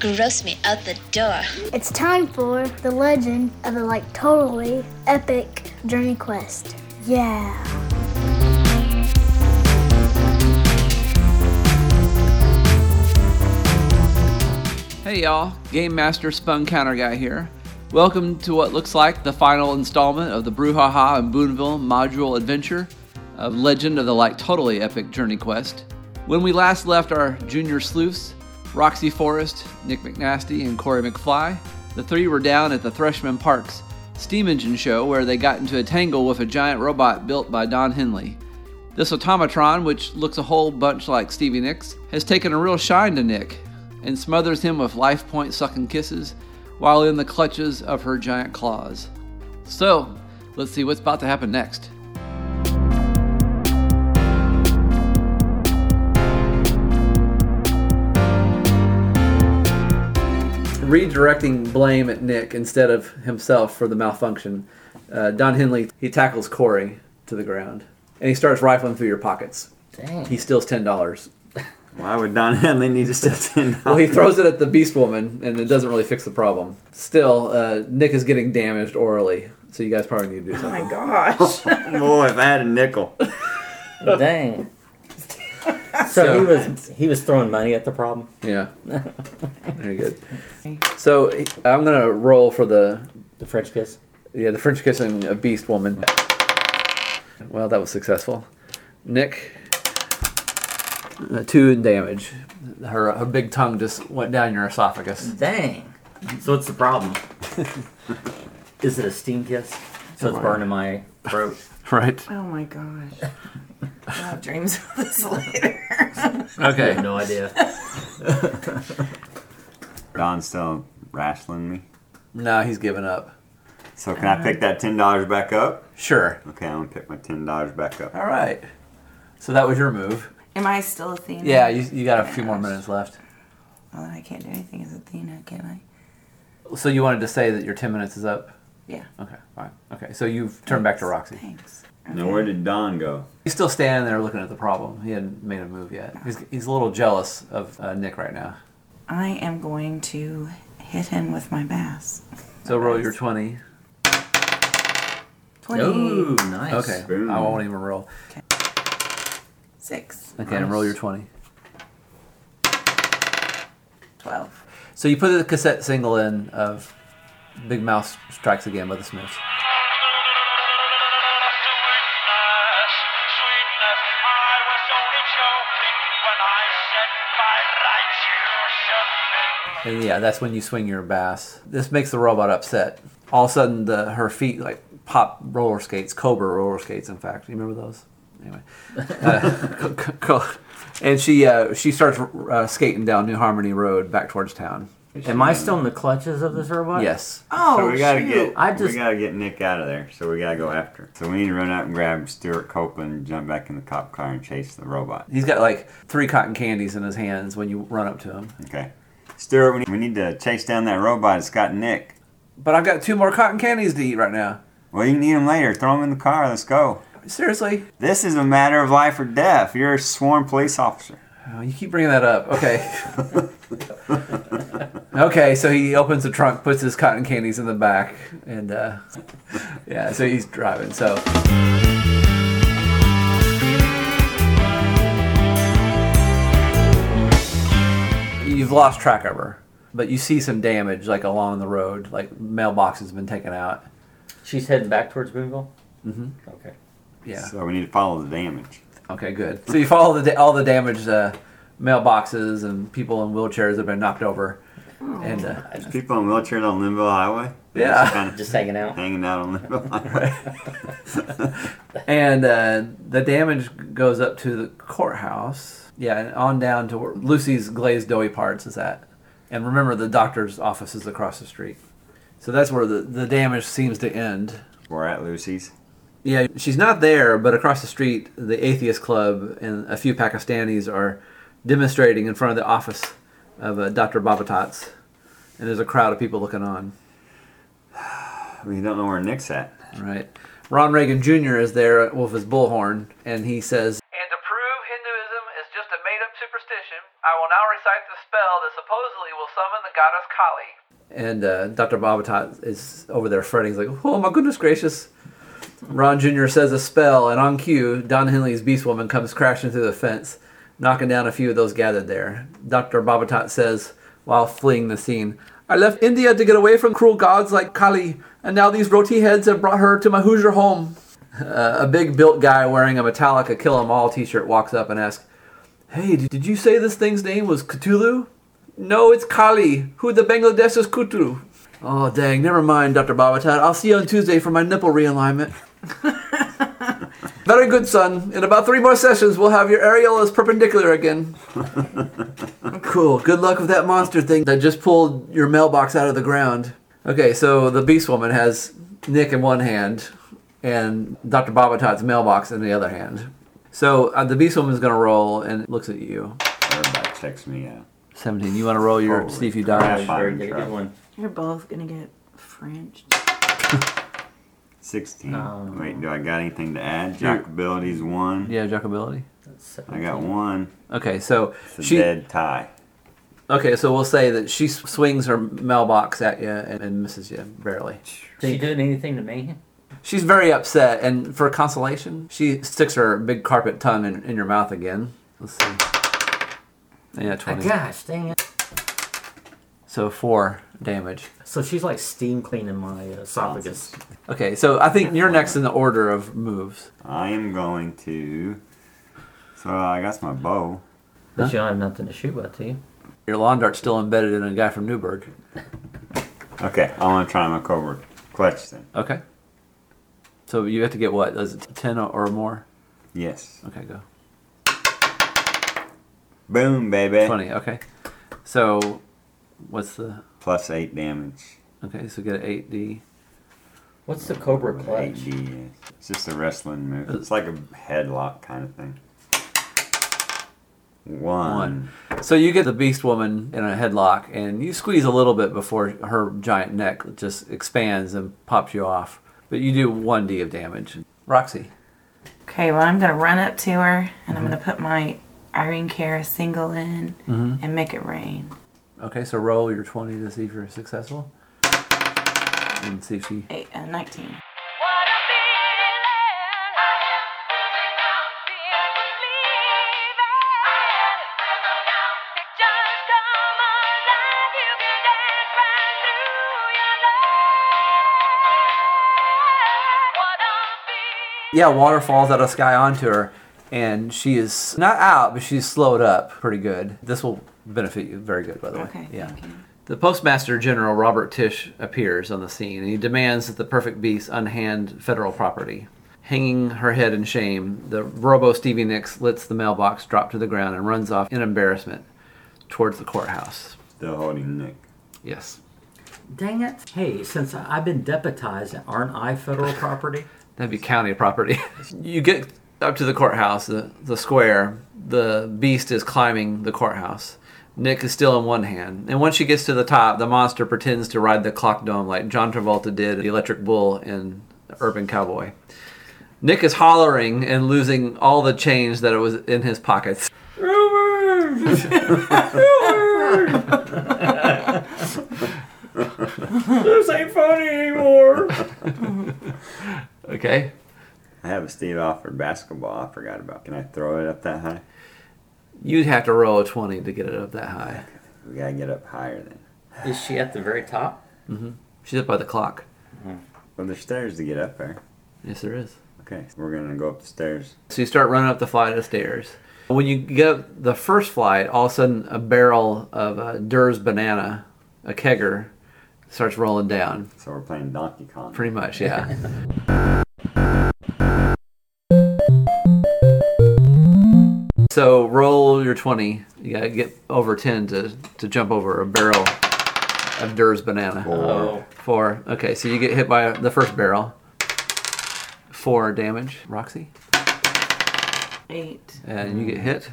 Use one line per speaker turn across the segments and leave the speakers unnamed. gross me out the door.
It's time for the legend of a like totally epic journey quest. Yeah.
Hey y'all, Game Master Spun Counter Guy here. Welcome to what looks like the final installment of the Brouhaha and Boonville module adventure of Legend of the Like Totally Epic Journey Quest. When we last left our junior sleuths, Roxy Forrest, Nick McNasty, and Corey McFly, the three were down at the Threshman Park's steam engine show where they got into a tangle with a giant robot built by Don Henley. This automatron, which looks a whole bunch like Stevie Nicks, has taken a real shine to Nick, and smothers him with life point sucking kisses while in the clutches of her giant claws. So, let's see what's about to happen next. Redirecting blame at Nick instead of himself for the malfunction, uh, Don Henley he tackles Corey to the ground and he starts rifling through your pockets.
Dang.
He steals ten dollars.
Why would Don Henley need to step in?
Well, he throws it at the Beast Woman, and it doesn't really fix the problem. Still, uh, Nick is getting damaged orally, so you guys probably need to do
Oh
something.
my gosh.
Boy, if I had a nickel.
Dang. So, he was he was throwing money at the problem.
Yeah. Very good. So I'm gonna roll for the
The French kiss.
yeah the French kissing a Beast Woman. Well, that was successful. Nick, uh, two in damage. Her her big tongue just went down your esophagus.
Dang. So what's the problem? Is it a steam kiss? So it's
Right.
burning my throat.
Right.
Oh my gosh. I'll have dreams of this later.
I
Okay.
have no idea.
Don's still wrestling me.
No, he's giving up.
So can I pick that ten dollars back up?
Sure.
Okay, I'm gonna pick my ten dollars back up.
All right. So that was your move.
Am I still Athena?
Yeah, you, you got a few more minutes left.
Well, then I can't do anything as Athena, can I?
So you wanted to say that your 10 minutes is up?
Yeah.
Okay, fine. Okay, so you've turned back to Roxy.
Thanks.
Now where did Don go?
He's still standing there looking at the problem. He hadn't made a move yet. He's, he's a little jealous of uh, Nick right now.
I am going to hit him with my bass.
So roll your 20.
26.
nice.
Okay,
Boom.
I won't even roll. Okay, and roll your 20.
12.
So you put the cassette single in of Big Mouse Strikes Again by the Smiths. And yeah, that's when you swing your bass. This makes the robot upset. All of a sudden, the, her feet like pop roller skates, Cobra roller skates. In fact, you remember those? Anyway, uh, co- co- co- and she uh, she starts uh, skating down New Harmony Road back towards town.
Am I still in the clutches of this robot?
Yes,
Oh,
so we gotta
shoot.
get
I
we
just-
gotta get Nick out of there. So we gotta go after. So we need to run out and grab Stuart Copeland, jump back in the cop car, and chase the robot.
he's got like three cotton candies in his hands when you run up to him.
Okay, Stuart, we need, we need to chase down that robot. It's got Nick.
But I've got two more cotton candies to eat right now.
Well, you can eat him later. Throw him in the car. Let's go.
Seriously,
This is a matter of life or death. You're a sworn police officer.
Oh, you keep bringing that up. Okay. okay, so he opens the trunk, puts his cotton candies in the back, and uh, yeah, so he's driving. So you've lost track of her, but you see some damage like along the road, like mailbox has been taken out.
She's heading back towards Boonville? Mm-hmm. Okay.
Yeah.
So we need to follow the damage.
Okay, good. So you follow the da- all the damaged uh, mailboxes and people in wheelchairs have been knocked over, and uh,
There's people in wheelchairs on Linville Highway. They're
Yeah.
Just kind of
Just hanging out.
hanging out on Linville Highway.
and uh, the damage goes up to the courthouse. Yeah, and on down to where Lucy's glazed doughy parts is at. And remember, the doctor's office is across the street. So that's where the, the damage seems to end.
We're at Lucy's.
Yeah, she's not there, but across the street, the Atheist Club and a few Pakistanis are demonstrating in front of the office of uh, Dr. Babatats. And there's a crowd of people looking on.
We don't know where Nick's at.
Right. Ron Reagan Jr. is there with his bullhorn, and he says, And to prove Hinduism is just a made up superstition, I will now recite the spell that supposedly will summon the And
Delgado's colleague.
uh, Dr. Babatot is over there fretting. He's like, oh my goodness gracious. Ron Jr. says a spell, and on cue, Don Henley's Beast Woman comes crashing through the fence, knocking down a few of those gathered there. Dr. Babatot says, while fleeing the scene, I left India to get away from cruel gods like Kali, and now these roti heads have brought her to my Hoosier home. Uh, a big built guy wearing a Metallica Kill 'em All t shirt walks up and asks, Hey, did did you say this thing's name was Cthulhu? No, it's Kali. Who the Bangladesh is Kutu? Oh, dang. Never mind, Dr. Babatat. I'll see you on Tuesday for my nipple realignment. Very good, son. In about three more sessions, we'll have your areolas perpendicular again. cool. Good luck with that monster thing that just pulled your mailbox out of the ground. Okay, so the Beast Woman has Nick in one hand and Dr. Babatot's mailbox in the other hand. So uh, the Beast Woman's going to roll and looks at you.
Everybody checks me out.
17. You want to roll your
Holy
see if you
crap.
dodge.
Fire
Very good,
truck.
good one.
You're both gonna get French.
16.
No.
Wait, do I got anything to add? Jock abilities one.
Oh. Yeah, jack ability.
I got one.
Okay, so
It's a
she.
dead tie.
Okay, so we'll say that she s- swings her mailbox at you and, and misses you barely.
Did she doing anything to me?
She's very upset, and for consolation, she sticks her big carpet tongue in, in your mouth again. Let's see. Yeah,
Oh,
twenty.
gosh, dang it.
So four damage.
So she's like steam cleaning my uh, esophagus.
Okay, so I think you're next in the order of moves.
I am going to. So I got my bow.
But you don't have nothing to shoot with, do you?
Your lawn dart's still embedded in a guy from Newburgh.
Okay, I want to try my covert clutch then.
Okay. So you have to get what? Is it ten or- or more?
Yes.
Okay, go.
Boom, baby.
Twenty. Okay. So, what's the?
Plus eight damage.
Okay, so get an eight D.
What's the Cobra
Eight
clutch?
D. is- It's just a wrestling move. It's like a headlock kind of thing.
One.
One.
So you get the beast woman in a headlock, and you squeeze a little bit before her giant neck just expands and pops you off. But you do one D of damage. Roxy.
Okay, well I'm gonna run up to her and I'm gonna
Mm-hmm.
put my Irene Cara single in and make it rain.
Okay, so roll your twenty to see if you're successful, and see if she.
Eight, uh, Nineteen.
What a feeling. I am moving on, fear leaving. Now pictures come alive. You can dance right through your life. What a feeling.
Yeah, water falls out of sky onto her, and she is not out, but she's slowed up pretty good. This will benefit you very good, by the way.
Okay,
Yeah.
thank you.
The Postmaster General Robert Tisch appears on the scene and he demands that the perfect beast unhand federal property. Hanging her head in shame, the robo Stevie Nicks lets the mailbox drop to the ground and runs off in embarrassment towards the courthouse.
Still holding Nick.
Yes.
Dang it. Hey, since I- I've been deputized, aren't I federal property?
That'd be county property. you get up to the courthouse, the, the square. The beast is climbing the courthouse. Nick is still in one hand. And once she gets to the top, the monster pretends to ride the clock dome like John Travolta did the electric bull in Urban Cowboy. Nick is hollering and losing all the change that was in his pockets.
This ain't funny anymore.
Okay?
I have a Steve Alford basketball I forgot about. Can I throw it up that high?
You'd have to roll a 20 to get it up that high.
We gotta get up higher then.
Is she at the very top?
She's up by the clock.
Well, there's stairs to get up there.
Yes, there is.
Okay, so we're gonna go up the stairs.
So you start running up the flight of stairs. When you get up the first flight, all of a sudden a barrel of uh, Dur's banana, a kegger, starts rolling down.
So we're playing Donkey Kong.
Pretty much, yeah. so roll your 20. You gotta get over 10 to, to jump over a barrel of Dur's banana.
Oh.
Four. Okay, so you get hit by the first barrel. Four damage, Roxy.
Eight.
and you get hit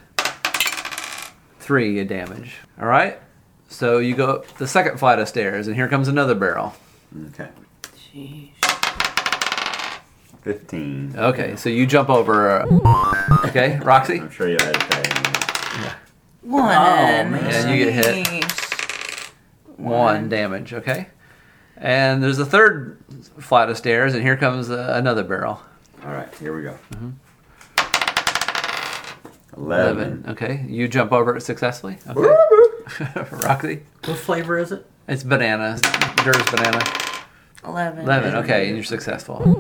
three damage all right so you go up the second flight of stairs and here comes another barrel
Okay.
Jeez.
Fifteen.
okay so you jump over uh, okay roxy
I'm sure you had that.
One.
Oh,
man.
Yeah, you get hit.
Jeez.
one damage. Okay, and there's a third flight of stairs, and here comes uh, another barrel.
All right, here we go.
11.
Eleven.
Okay, you jump over it successfully. Okay. Roxy,
What flavor is it?
it's banana. Dur's banana.
11.
11. Okay, and you're successful.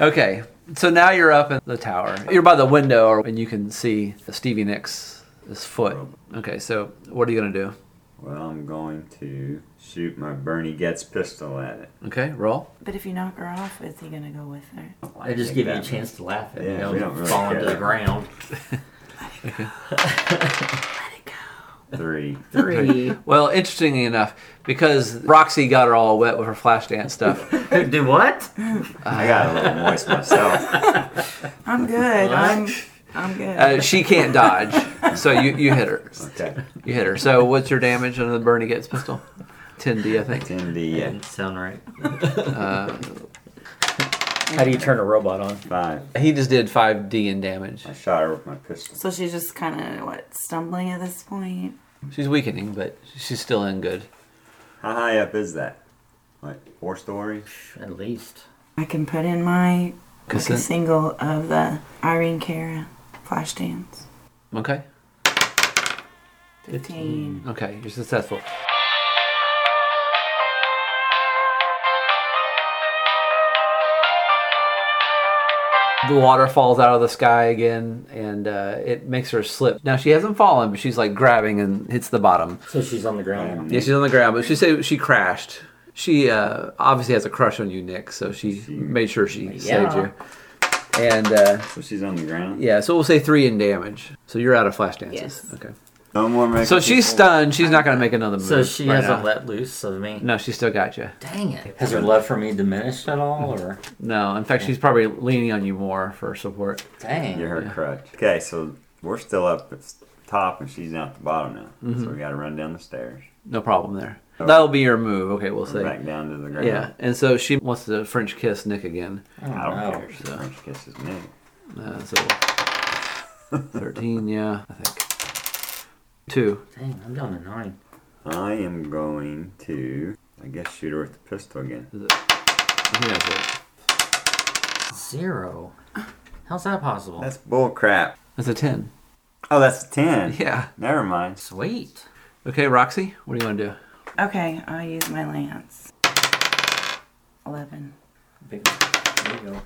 Okay, so now you're up in the tower. You're by the window, or- and you can see Stevie Nicks' his foot. Okay, so what are you gonna do?
Well, I'm going to shoot my Bernie Getz pistol at it.
Okay, roll.
But if you knock her off, is he going to go with her?
They just give you a chance to laugh at
Yeah,
it.
we
You
don't
know,
really
falling to
care.
the ground.
Three.
Three.
Well, interestingly enough, because Roxy got her all wet with her flash dance stuff,
Do what?
I got a little moist myself.
I'm good. I'm I'm good.
uh, she can't dodge. So you, you hit her.
Okay.
You hit her. So what's your damage under the Bernie Gates pistol? 10D, I think.
Ten D
Yeah,
at
sound right.
Uh,
How do you turn a robot on?
five.
he just did 5D in damage.
I shot her with my pistol.
so she's just kind of, what, stumbling at this point?
She's weakening, but she's still in good.
How high up is that? Like four stories?
At least.
I can put in my like a
Consent.
single of the Irene Cara Flashdance.
Okay.
15.
Okay, you're successful. The water falls out of the sky again, and uh, it makes her slip. Now she hasn't fallen, but she's like grabbing and hits the bottom.
So she's on the ground.
Yeah, she's on the ground, but she said she crashed. She uh, obviously has a crush on you, Nick, so she made sure she saved you. And uh,
So she's on the ground.
yeah, so we'll say three in damage. So you're out of flash dances.
Yes.
Okay.
No more making
So she's
people-
stunned. She's not going to make another move.
So she
right
hasn't
now.
let loose of me.
No, she's still got you.
Dang it. Has her love for me diminished at all, or?
No, in fact, she's probably leaning on you more for support.
Dang.
You're her crutch. Okay, so we're still up at the top and she's down at the bottom now. So we gotta run down the stairs.
No problem there.
Okay.
That'll be your move. Okay, we'll
We're
say.
back down to the ground.
Yeah, and so she wants to French kiss Nick again.
I don't
Oh, no.
care. She French kisses me.
Uh, so 13, yeah, I think. Two.
Dang, I'm down to nine.
I am going to, I guess, shoot her with the pistol again.
I think that's it.
Zero. How's that possible?
That's bull crap.
That's a 10.
Oh, that's a 10.
Yeah.
Never mind.
sweet.
Okay, Roxy, what do you want to do?
Okay, I'll use my lance. 11.
Big, there you go.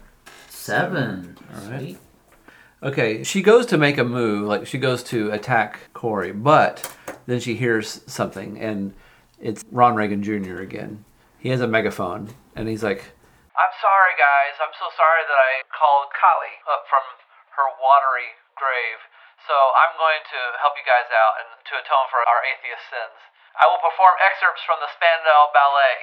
Seven.
right.
Sweet.
Okay, she goes to make a move, like she goes to attack Corey, but then she hears something, and it's Ron Reagan Jr. again. He has a megaphone, and he's like, I'm sorry, guys. I'm so sorry that I called Kali up from her watery grave. So I'm going to help you guys out and to atone for our atheist sins. I will perform excerpts from the Spandau Ballet.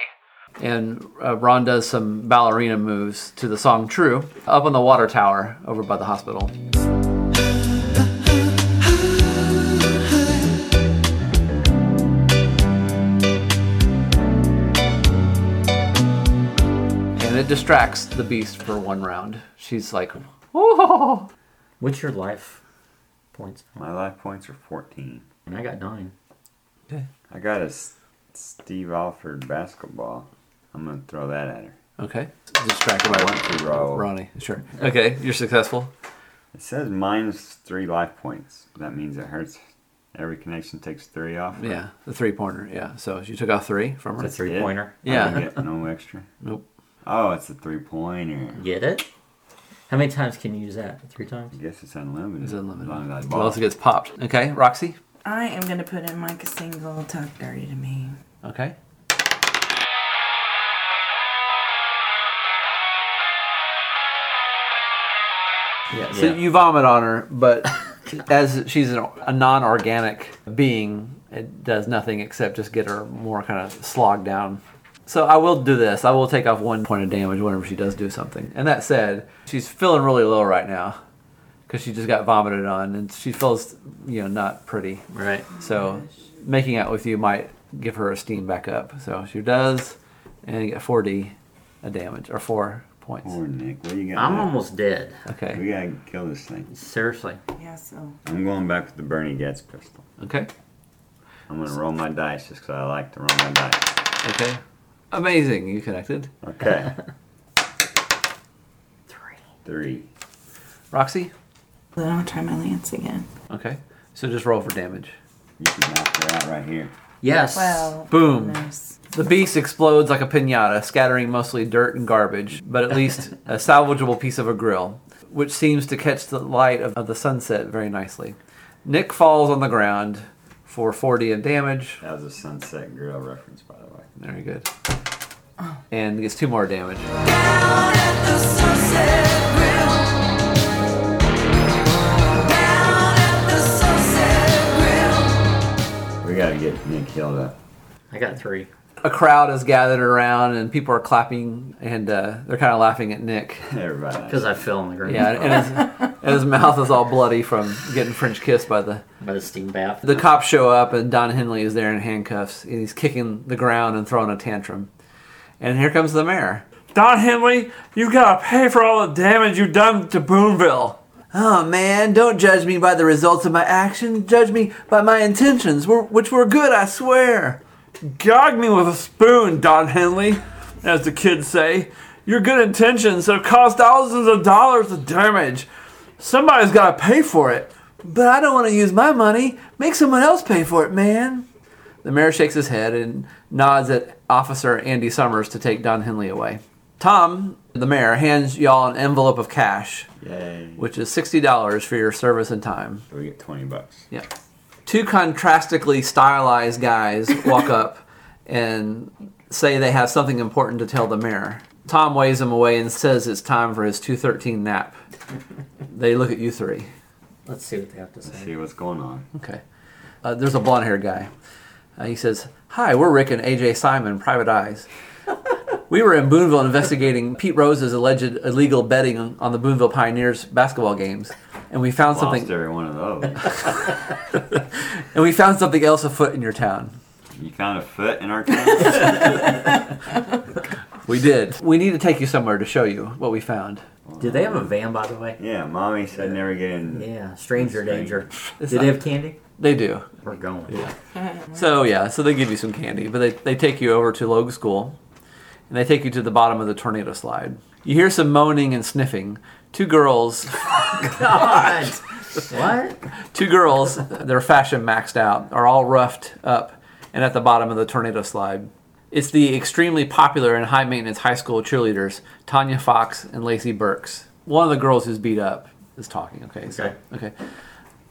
And uh, Ron does some ballerina moves to the song True up on the water tower over by the hospital. And it distracts the beast for one round. She's like, "Whoa!"
What's your life points?
My life points are 14.
And I got nine.
I got a S- Steve Alford basketball. I'm gonna throw that at her.
Okay. Distracted by
I
one.
want to roll.
Ronnie, sure. Okay, you're successful.
It says minus three life points. That means it hurts. Every connection takes three off.
Yeah, the three pointer. Yeah, so you took off three from her.
It's a three pointer.
I
Yeah.
get no extra.
Nope.
Oh, it's a three pointer.
Get it? How many times can you use that? Three times?
I guess it's unlimited.
It's unlimited.
As long as I
What
ball.
else gets popped? Okay, Roxy.
I am going to put in like a single talk dirty to me.
Okay. Yeah, so
Yeah.
you vomit on her, but as she's an, a non organic being, it does nothing except just get her more kind of slogged down. So I will do this. I will take off one point of damage whenever she does do something. And that said, she's feeling really low right now because she just got vomited on and she feels, you know, not pretty.
Right.
So making out with you might give her esteem back up. So she does, and you get 4D a damage or four points.
Poor Nick. What do you got?
I'm
left?
almost dead.
We
Okay.
gotta kill this thing.
Seriously.
Yeah, so
I'm going back with the Bernie Getz pistol.
Okay.
I'm gonna roll my dice just 'cause I like to roll my dice.
Okay. Amazing. You connected.
Okay,
Three.
three.
Roxy?
Then I'll try my lance again.
Okay. So just roll for damage.
You can knock her out right here.
Yes.
Well,
Boom.
nice.
The beast explodes like a pinata, scattering mostly dirt and garbage, but at least a salvageable piece of a grill, which seems to catch the light of, of the sunset very nicely. Nick falls on the ground for 40 in damage.
That was a Sunset Grill reference, by the way.
Very good. And gets two more damage.
We gotta get Nick healed up.
I got three.
A crowd is gathered around, and people are clapping, and uh, they're kind of laughing at Nick.
Everybody.
Because I fell on the ground
Yeah, and his, and his mouth is all bloody from getting French kissed by the
by the steam bath.
The cops show up, and Don Henley is there in handcuffs, and he's kicking the ground and throwing a tantrum. And here comes the mayor. Don Henley, you gotta pay for all the damage you've done to Boonville. Oh man, don't judge me by the results of my action. Judge me by my intentions, were- which were good, I swear. Gog me with a spoon, Don Henley, as the kids say. Your good intentions have caused thousands of dollars of damage. Somebody's got to pay for it. But I don't want to use my money. Make someone else pay for it, man. The mayor shakes his head and nods at Officer Andy Summers to take Don Henley away. Tom, the mayor, hands y'all an envelope of cash,
Yay.
which is $60 for your service and time.
We get 20 bucks.
Yeah. Two contrastically stylized guys walk up and say they have something important to tell the mayor. Tom waves them away and says it's time for his 213 nap. They look at you three.
Let's see what they have to
Let's
say.
see what's going on.
Okay. Uh, there's a blonde haired guy. Uh, he says, Hi, we're Rick and AJ Simon, Private Eyes. we were in Boonville investigating Pete Rose's alleged illegal betting on on the Boonville Pioneers basketball games, and we found
Lost
something.
every one of those.
And we found something else afoot in your town.
you found a foot in our town?
We did. We need to take you somewhere to show you what we found.
Do they have a van, by the way?
yeah, mommy said never get in.
Yeah, stranger danger.
It's
Do
not-
they have candy?
They do.
We're going.
So yeah, so they give you some candy, but they, they take you over to Logue School, and they take you to the bottom of the tornado slide. You hear some moaning and sniffing. Two girls,
God! what?
two girls, their fashion maxed out, are all roughed up and at the bottom of the tornado slide. It's the extremely popular and high maintenance high school cheerleaders, Tanya Fox and Lacey Burks. One of the girls who's beat up is talking, okay? So,
Okay.
okay.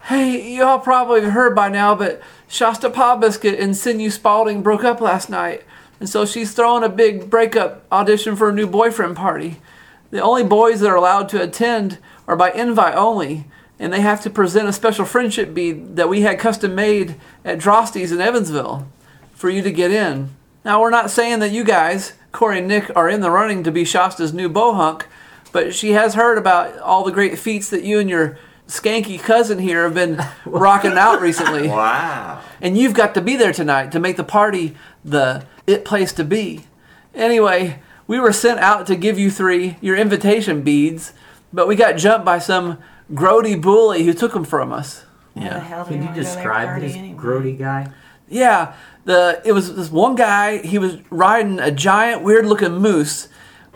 Hey, y'all probably have heard by now, but Shasta Pawbiscuit and Sinew Spalding broke up last night, and so she's throwing a big breakup audition for a new boyfriend party. The only boys that are allowed to attend are by invite only, and they have to present a special friendship bead that we had custom made at Drosty's in Evansville for you to get in. Now, we're not saying that you guys, Corey and Nick, are in the running to be Shasta's new bohunk, but she has heard about all the great feats that you and your skanky cousin here have been rocking out recently.
Wow.
And you've got to be there tonight to make the party the it place to be. Anyway, we were sent out to give you three your invitation beads, but we got jumped by some grody bully who took them from us.
How the hell do
Can
we
you
wanna go to their
describe
party
this
anyway?
grody guy?
Yeah, the it was this one guy. He was riding a giant, weird-looking moose,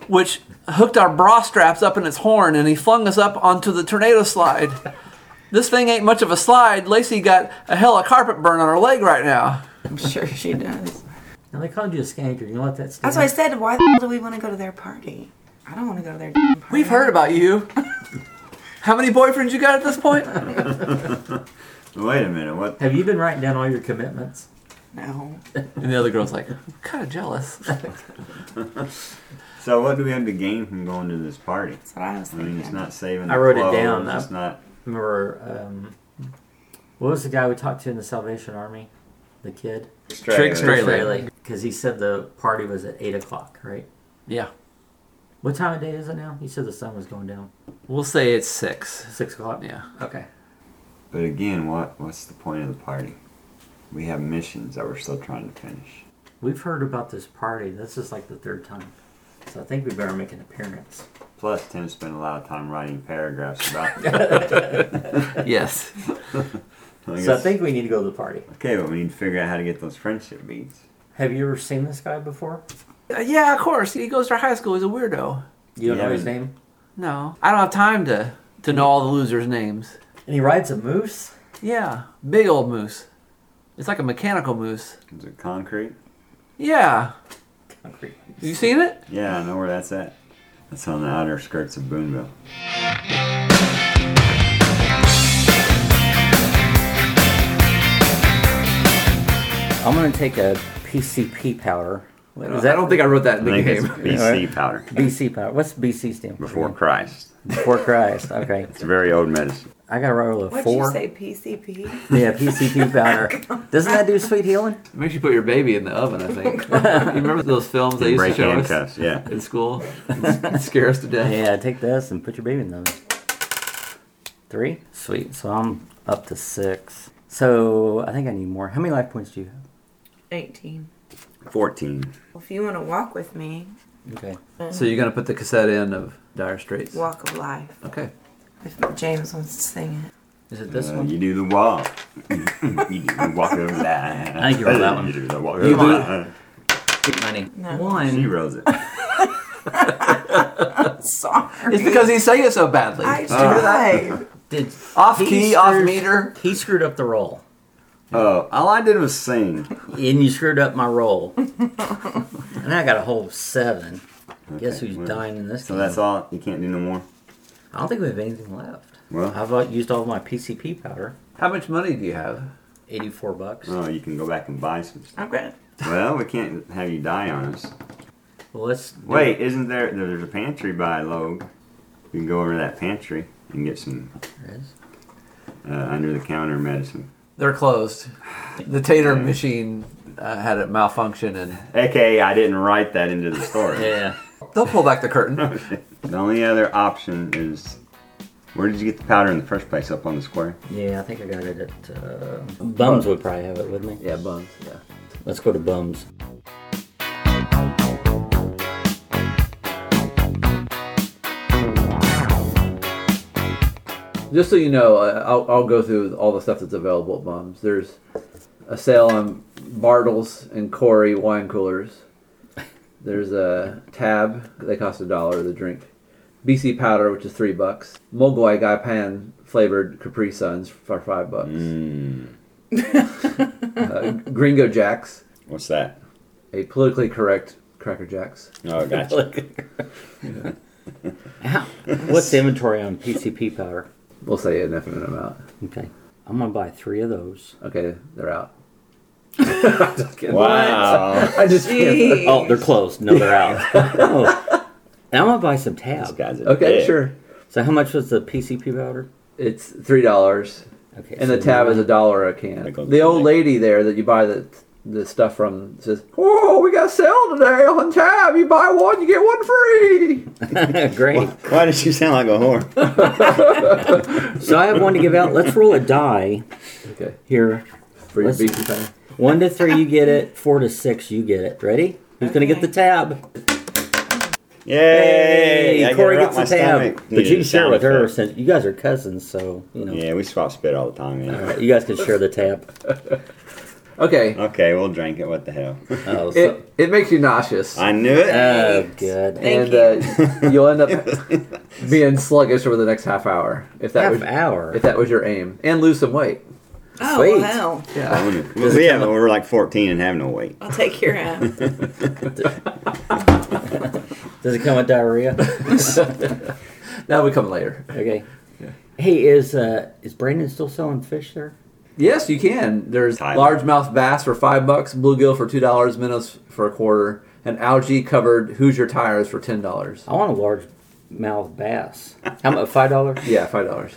which hooked our bra straps up in its horn, and he flung us up onto the tornado slide. this thing ain't much of a slide. Lacey got a hell of a carpet burn on her leg right now.
I'm sure she does.
Now they called you a skanker. You know what that's?
That's why I said, why the hell do we want to go to their party? I don't want to go to their party.
We've heard about you. How many boyfriends you got at this point?
Wait a minute. What?
Have you been writing down all your commitments?
No.
And the other girl's like, kind of jealous.
So what do we have to gain from going to this party?
That's what I was
I mean, it's
thinking.
not saving.
I
the
wrote it
clothes,
down.
It's not.
Remember, um, what was the guy we talked to in the Salvation Army? The kid.
Trick Straley.
Because he said the party was at eight o'clock, right?
Yeah,
What time of day is it now? You said the sun was going down.
we'll say it's six.
Six o'clock.
Yeah. Okay.
But again, what? What's the point of the party? We have missions that we're still trying to finish.
We've heard about this party. This is like the third time. So I think we better make an appearance.
Plus, Tim spent a lot of time writing paragraphs about that.
Yes.
I
So I
guess-
think we need to go to the party.
Okay, but we need to figure out how to get those friendship beads.
Have you ever seen this guy before?
Uh, yeah, of course. He goes to our high school. He's a weirdo.
You don't
Yeah,
know his
but-
name?
No, I don't have time to to know all the losers' names.
And he rides a moose?
Yeah, big old moose. It's like a mechanical moose.
Is it concrete?
Yeah,
Oh,
Concrete.
you seen it?
Yeah, I know where that's at. That's on the outer skirts of Boonville.
I'm gonna take a PCP powder. What is
I don't think I wrote that in
I
the
think it's
game.
BC powder.
BC powder. What's BC stand for?
Before Christ.
Before Christ. Okay.
It's a very old medicine.
I got a roll of
What'd
four.
you say, PCP?
Yeah, PCP powder. Doesn't that do sweet healing?
It makes you put your baby in the oven, I think. you remember those films they
You
used to
break
show us
handcuffs, yeah.
in school? It'd scare us to death.
Yeah, take this and put your baby in those. Three. Sweet. So I'm up to six. So I think I need more. How many life points do you
18.
14.
Well, if you want to walk with me,
have? Okay.
So you're going to put the cassette in of Dire Straits?
Walk of Life.
Okay.
If James wants to sing it.
Is it this
Uh,
one?
you do the walk. you do the walk of life.
I think you wrote that one.
You do the walk
You
of
do-
life.
Keep running.
No.
She
One.
rolls it.
Sorry.
It's because he's saying it so badly.
I tried.
Did
off
he
key, off
screwed-
meter.
He screwed up the roll,
Oh, all I did was sing.
and you screwed up my roll, and I got a whole seven. Guess
Okay,
who's
well,
dying in this?
So that's all? You can't do no more?
I don't think we have anything left.
Well.
I've uh, used all of my PCP powder.
How much money do you have?
Eighty-four bucks.
Oh, you can go back and buy some stuff.
okay.
Well, we can't have you die on us.
Well, let's do-
Wait, isn't there? There's a pantry by Logue. You can go over to that pantry and get some
There is.
uh, under the counter medicine,
They're closed. The tater machine uh, had a malfunction, and
aka I didn't write that into the story.
Yeah.
they'll pull back the curtain.
The only other option is where did you get the powder in the first place? Up on the square?
Yeah, I think I got it at uh, Bums would probably have it, wouldn't they?
yeah, bums. Yeah.
Let's go to Bums.
Just so you know, uh, I'll, I'll go through all the stuff that's available at Bums. There's a sale on Bartles and Corey wine coolers. There's a tab. They cost a dollar, the drink. BC powder, which is three bucks. Mogwai Gai Pan flavored Capri Suns for five bucks.
Mm,
Uh, Gringo Jacks,
what's that?
a politically correct Cracker Jacks.
Oh, gotcha.
Ow. What's the inventory on PCP powder?
We'll say an infinite amount.
Okay. I'm gonna buy three of those.
Okay, they're out. Just kidding.
wow.
I just
Jeez.
Oh, they're closed. No, they're out. oh. And I'm gonna buy some
This
tab.
guy's a
Okay,
dick.
sure.
So how much was the PCP powder?
It's three dollars.
Okay.
And
so
the tab is a dollar a can.
That goes
The
to
old
Nick.
lady there that you buy the the stuff from says, "Oh, we got a sale today on tab. You buy one, you get one free."
great.
Why does she sound like a whore?
So I have one to give out. Let's roll a die
Okay,
here.
for your
Let's-
beefy time.
One to three, you get it. Four to six, you get it. Ready? Who's gonna get the tab?
Yay! I
Corey
gotta
gets
rub my
the tab.
stomach.
But you
Needed
can share
a
it
sound
with her
effect.
since you guys are cousins, so you know.
Yeah, we swap spit all the time. Yeah.
All right, you guys can share the tab.
Okay,
Okay, we'll drink it. What the hell?
Oh, so,
it it makes you nauseous,
I knew it.
oh good.
Thank
and uh, you'll end up being sluggish over the next half hour if that
Half
was
hour.
if that was your aim, and lose some weight.
Oh,
Sweet.
well.
Yeah.
Well, yeah, but we're like 14 and have no weight.
I'll take your ass.
Does it come with diarrhea?
That'll become later.
Okay. Hey, is uh is Brandon still selling fish there?
Yes, you can. There's
Tyler.
largemouth bass for five bucks, bluegill for two dollars, minnows for a quarter, and algae covered Hoosier tires for ten dollars.
I want a large mouth bass. How much? Five dollars.
Yeah, five dollars.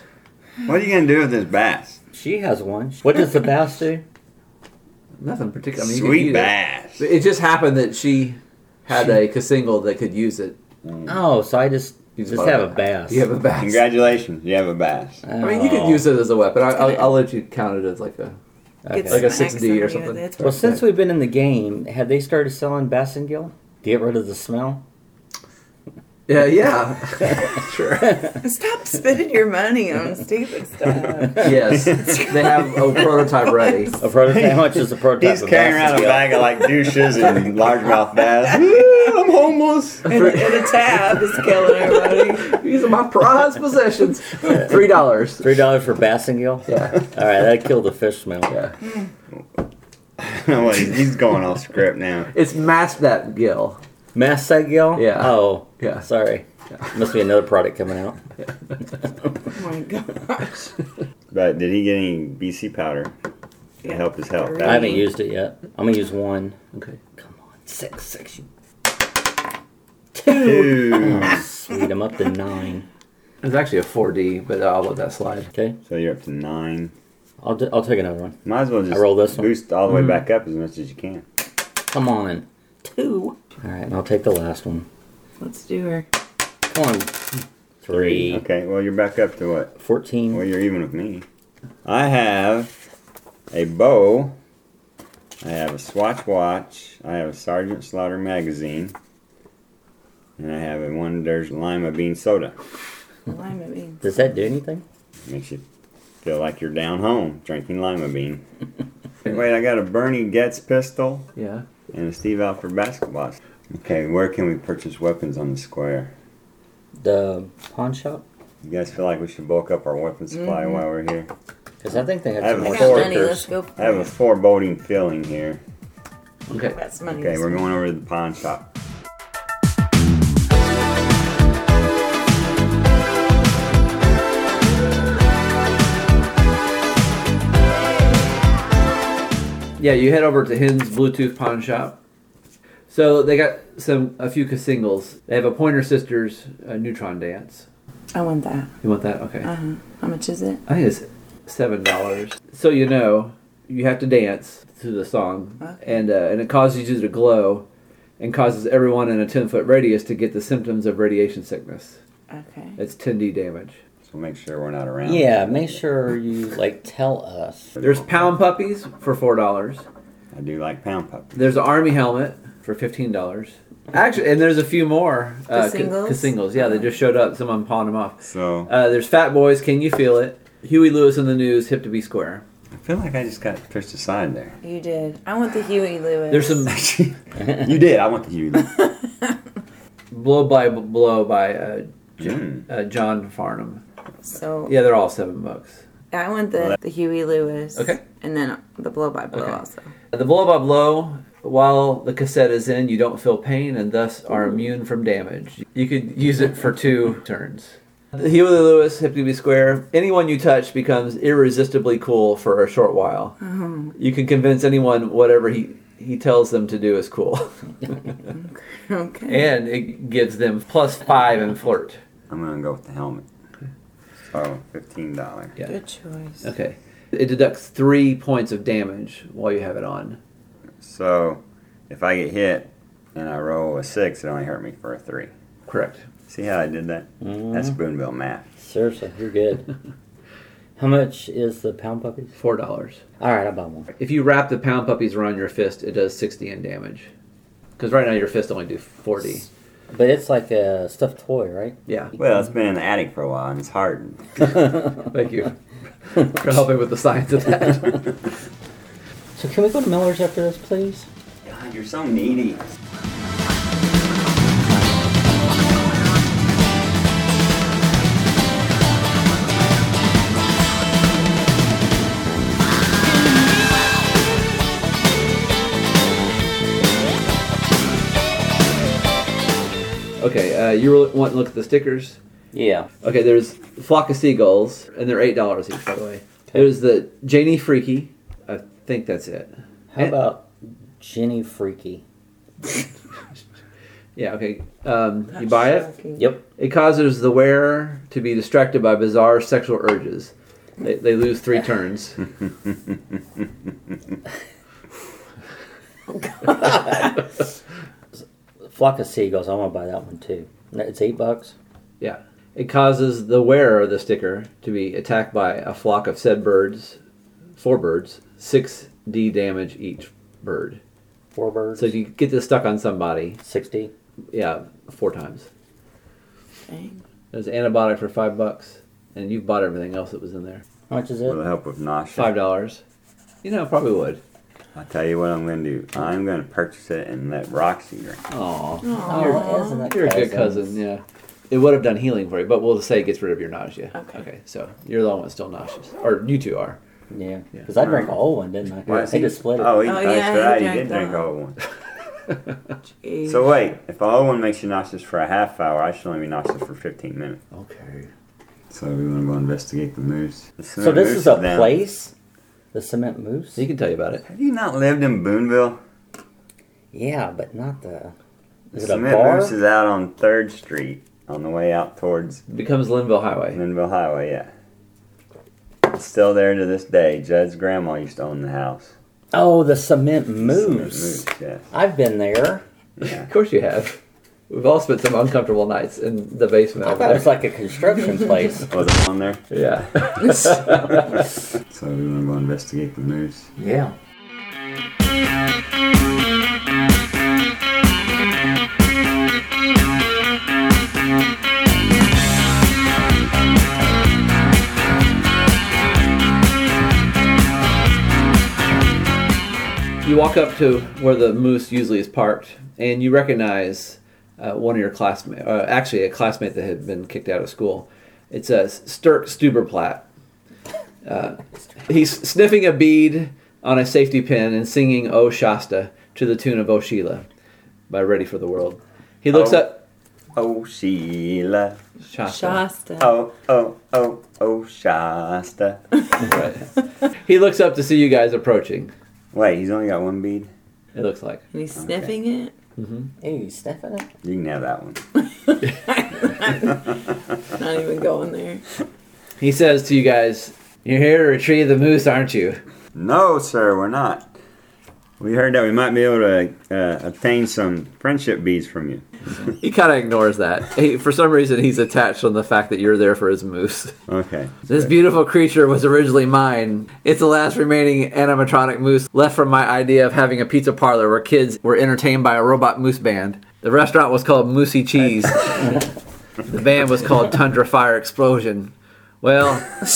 What are you gonna do with this bass?
She has one. What does the bass do?
Nothing particular. I mean, you can eat
Sweet
it.
bass.
It just happened that she had a single that could use it.
Oh, so I just
You
just
bought
have a bass.
You have a bass.
Congratulations, you have a bass.
Oh.
I mean, you could use it as a weapon. I, I'll, I'll let you count it as like a.
Okay.
like a 6D
Snacks
or
for you.
something.
That's
well, since we've been in the game, have they started selling bass and gill? Get rid of the smell.
Yeah, yeah. sure.
Stop spending your money on stupid stuff.
Yes. They have a prototype ready.
A prototype? How much is a prototype?
He's
of
carrying around a
basketball?
bag of like douches and largemouth bass. Woo, I'm homeless.
and, and a tab is killing everybody.
These are my prized possessions. Three dollars.
Three dollars for Bassingill?
Yeah.
All right, that killed the fish smell.
Yeah.
Well, he's he's going off script now.
It's masked that gill.
Massagill?
Yeah.
Oh,
Yeah.
Sorry. Must be another product coming out.
Oh my gosh.
But did he get any BC powder to help his health?
I haven't used it yet. I'm gonna use one.
Okay.
Come on, six, six. You
Two.
sweet, I'm up to nine.
It's actually a 4D, but I'll let that slide.
Okay,
So you're up to nine.
I'll do, I'll take another one.
Might as well just
I roll this one.
boost all the way back up as much as you can.
Come on, two. All right, and I'll take the last one.
Let's do her.
Come on, three.
Okay, well, you're back up to what? Well,
Fourteen.
you're even with me. I have a bow. I have a Swatch watch. I have a Sergeant Slaughter magazine. And I have a one there's lima bean soda.
Lima beans.
Does that do anything?
Makes you feel like you're down home drinking lima bean. Wait, I got a Bernie Getz pistol
Yeah.
and a Steve Alford basketball. Okay, where can we purchase weapons on the square?
The pawn shop?
You guys feel like we should bulk up our weapon supply
Mm-hmm.
while we're here?
Because I think they
I
have
have
some
a
more.
I got
four.
money. Let's go.
I have a foreboding feeling here.
Okay.
That's money.
Okay, we're going over to the pawn shop.
Yeah, you head over to Hin's Bluetooth pawn shop. So they got some a few singles. They have a Pointer Sisters uh, Neutron Dance.
I want that.
You want that? Okay.
Uh-huh. How much is it?
I think it's seven dollars. So you know, you have to dance to the song,
Okay.
and uh, and it causes you to glow, and causes everyone in a ten foot radius to get the symptoms of radiation sickness.
Okay.
It's ten D damage.
So make sure we're not around.
Yeah, make sure you like tell us.
There's pound puppies for four dollars.
I do like pound puppy.
There's an army helmet for fifteen dollars. Actually, and there's a few more uh, ca-
singles?
ca- singles. Yeah, they just showed up. Someone pawned them off.
So
Uh, there's Fat Boys. Can you feel it? Huey Lewis in the news. Hip to be square.
I feel like I just got pushed aside there.
You did. I want the Huey Lewis.
There's some
you did. I want the Huey. Lewis.
blow by blow by uh,
Mm.
uh, John Farnham.
So
Yeah, they're all seven bucks.
I want the, the Huey Lewis.
Okay.
And then the blow by blow
Okay.
also.
The blow by blow, while the cassette is in, you don't feel pain and thus are immune from damage. You could use it for two turns. The Huey Lewis, Hip to be Square. Anyone you touch becomes irresistibly cool for a short while. You can convince anyone whatever he, he tells them to do is cool.
Okay.
and it gives them plus five and flirt.
I'm gonna go with the helmet. So fifteen dollar.
Yeah.
Good choice.
Okay. It deducts three points of damage while you have it on.
So if I get hit and I roll a six, it only hurt me for a three.
Correct.
See how I did that? That's
Mm-hmm.
Boonville math.
Seriously, you're good. How much is the pound puppies?
Four dollars.
All right, I bought one.
If you wrap the pound puppies around your fist, it does 60 in damage. Because right now your fist only do 40.
But it's like a stuffed toy, right?
Yeah.
Well, it's been in the attic for a while and it's hardened.
Thank you for helping with the science of that.
So can we go to Miller's after this, please?
God, you're so needy.
Okay, uh, you really want to look at the stickers?
Yeah.
Okay, there's Flock of Seagulls, and they're $8 each, by the way. There's the Janie Freaky. I think that's it.
How about Jenny Freaky?
Yeah, okay. Um, you buy it?
Yep.
It causes the wearer to be distracted by bizarre sexual urges. They, they lose three turns.
Flock of Seagulls. I want to buy that one too. No, It's eight bucks.
Yeah. It causes the wearer of the sticker to be attacked by a flock of said birds, four birds, 6d damage each bird.
Four birds.
So if you get this stuck on somebody,
Sixty.
yeah, four times.
Dang.
It was antibiotic for five bucks, and you've bought everything else that was in there.
How much is it?
With the help of nausea.
Five dollars. You know, probably would.
I'll tell you what I'm going to do. I'm going to purchase it and let Roxy drink.
Aw.
Oh, isn't that
You're a good
cousins?
cousin, yeah. It would have done healing for you, but we'll just say it gets rid of your nausea.
Okay.
so you're the only one still nauseous. Or you two are.
Yeah,
Yeah.
because I drank a whole one, didn't I?
Why
I
is
think
he-
it split it.
Oh, he,
Oh,
that's
yeah, he
right. He, did
drank the
drink a
whole-
whole one.
Jeez.
So wait, if a whole one makes you nauseous for a half hour, I should only be nauseous for 15 minutes.
Okay.
So we want to go investigate the moose. The
so this
moose
is a
down.
place? The cement moose?
He can tell you about it.
Have you not lived in Boonville?
Yeah, but not the.
The
Is it a
cement
bar?
moose is out on 3rd Street on the way out towards
It becomes Linville Highway.
Boonville Highway, yeah. It's still there to this day. Judd's grandma used to own the house.
Oh, the cement
Cement
moose.
moose, yes.
I've been there.
Yeah.
Of course you have. We've all spent some uncomfortable nights in the basement.
I
over
thought it was
there.
like a construction place.
Was it on Oh, there?
yeah.
So we want to go investigate the moose.
Yeah.
You walk up to where the moose usually is parked, and you recognize uh, one of your classmates, uh, actually a classmate that had been kicked out of school. It's uh, Sturk Stuberplatt. Uh, he's sniffing a bead on a safety pin and singing "O Shasta" to the tune of "O Sheila" by Ready for the World. He looks
Oh.
up
Oh, Sheila.
Shasta.
Shasta.
Oh, oh, oh, oh, Shasta.
Right. he looks up to see you guys approaching.
Wait, he's only got one bead?
It looks like
And he's sniffing it.
Hey, you sniffing it?
You can have that one.
Not even going there.
he says to you guys, "You're here to retrieve the moose, aren't you?"
No, sir, we're not. We heard that we might be able to uh, obtain some friendship beads from you.
He kind of ignores that. He, for some reason, he's attached on the fact that you're there for his moose.
Okay.
This beautiful creature was originally mine. It's the last remaining animatronic moose left from my idea of having a pizza parlor where kids were entertained by a robot moose band. The restaurant was called Moosey Cheese. the band was called Tundra Fire Explosion. Well,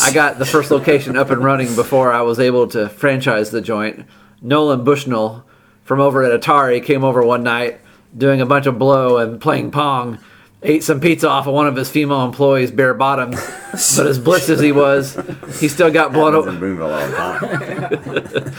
I got the first location up and running before I was able to franchise the joint. Nolan Bushnell from over at Atari came over one night doing a bunch of blow and playing pong. Ate some pizza off of one of his female employees' bare bottoms, but as blitzed as he was, he still got blown.
Happens
o-
in Boonville all the time.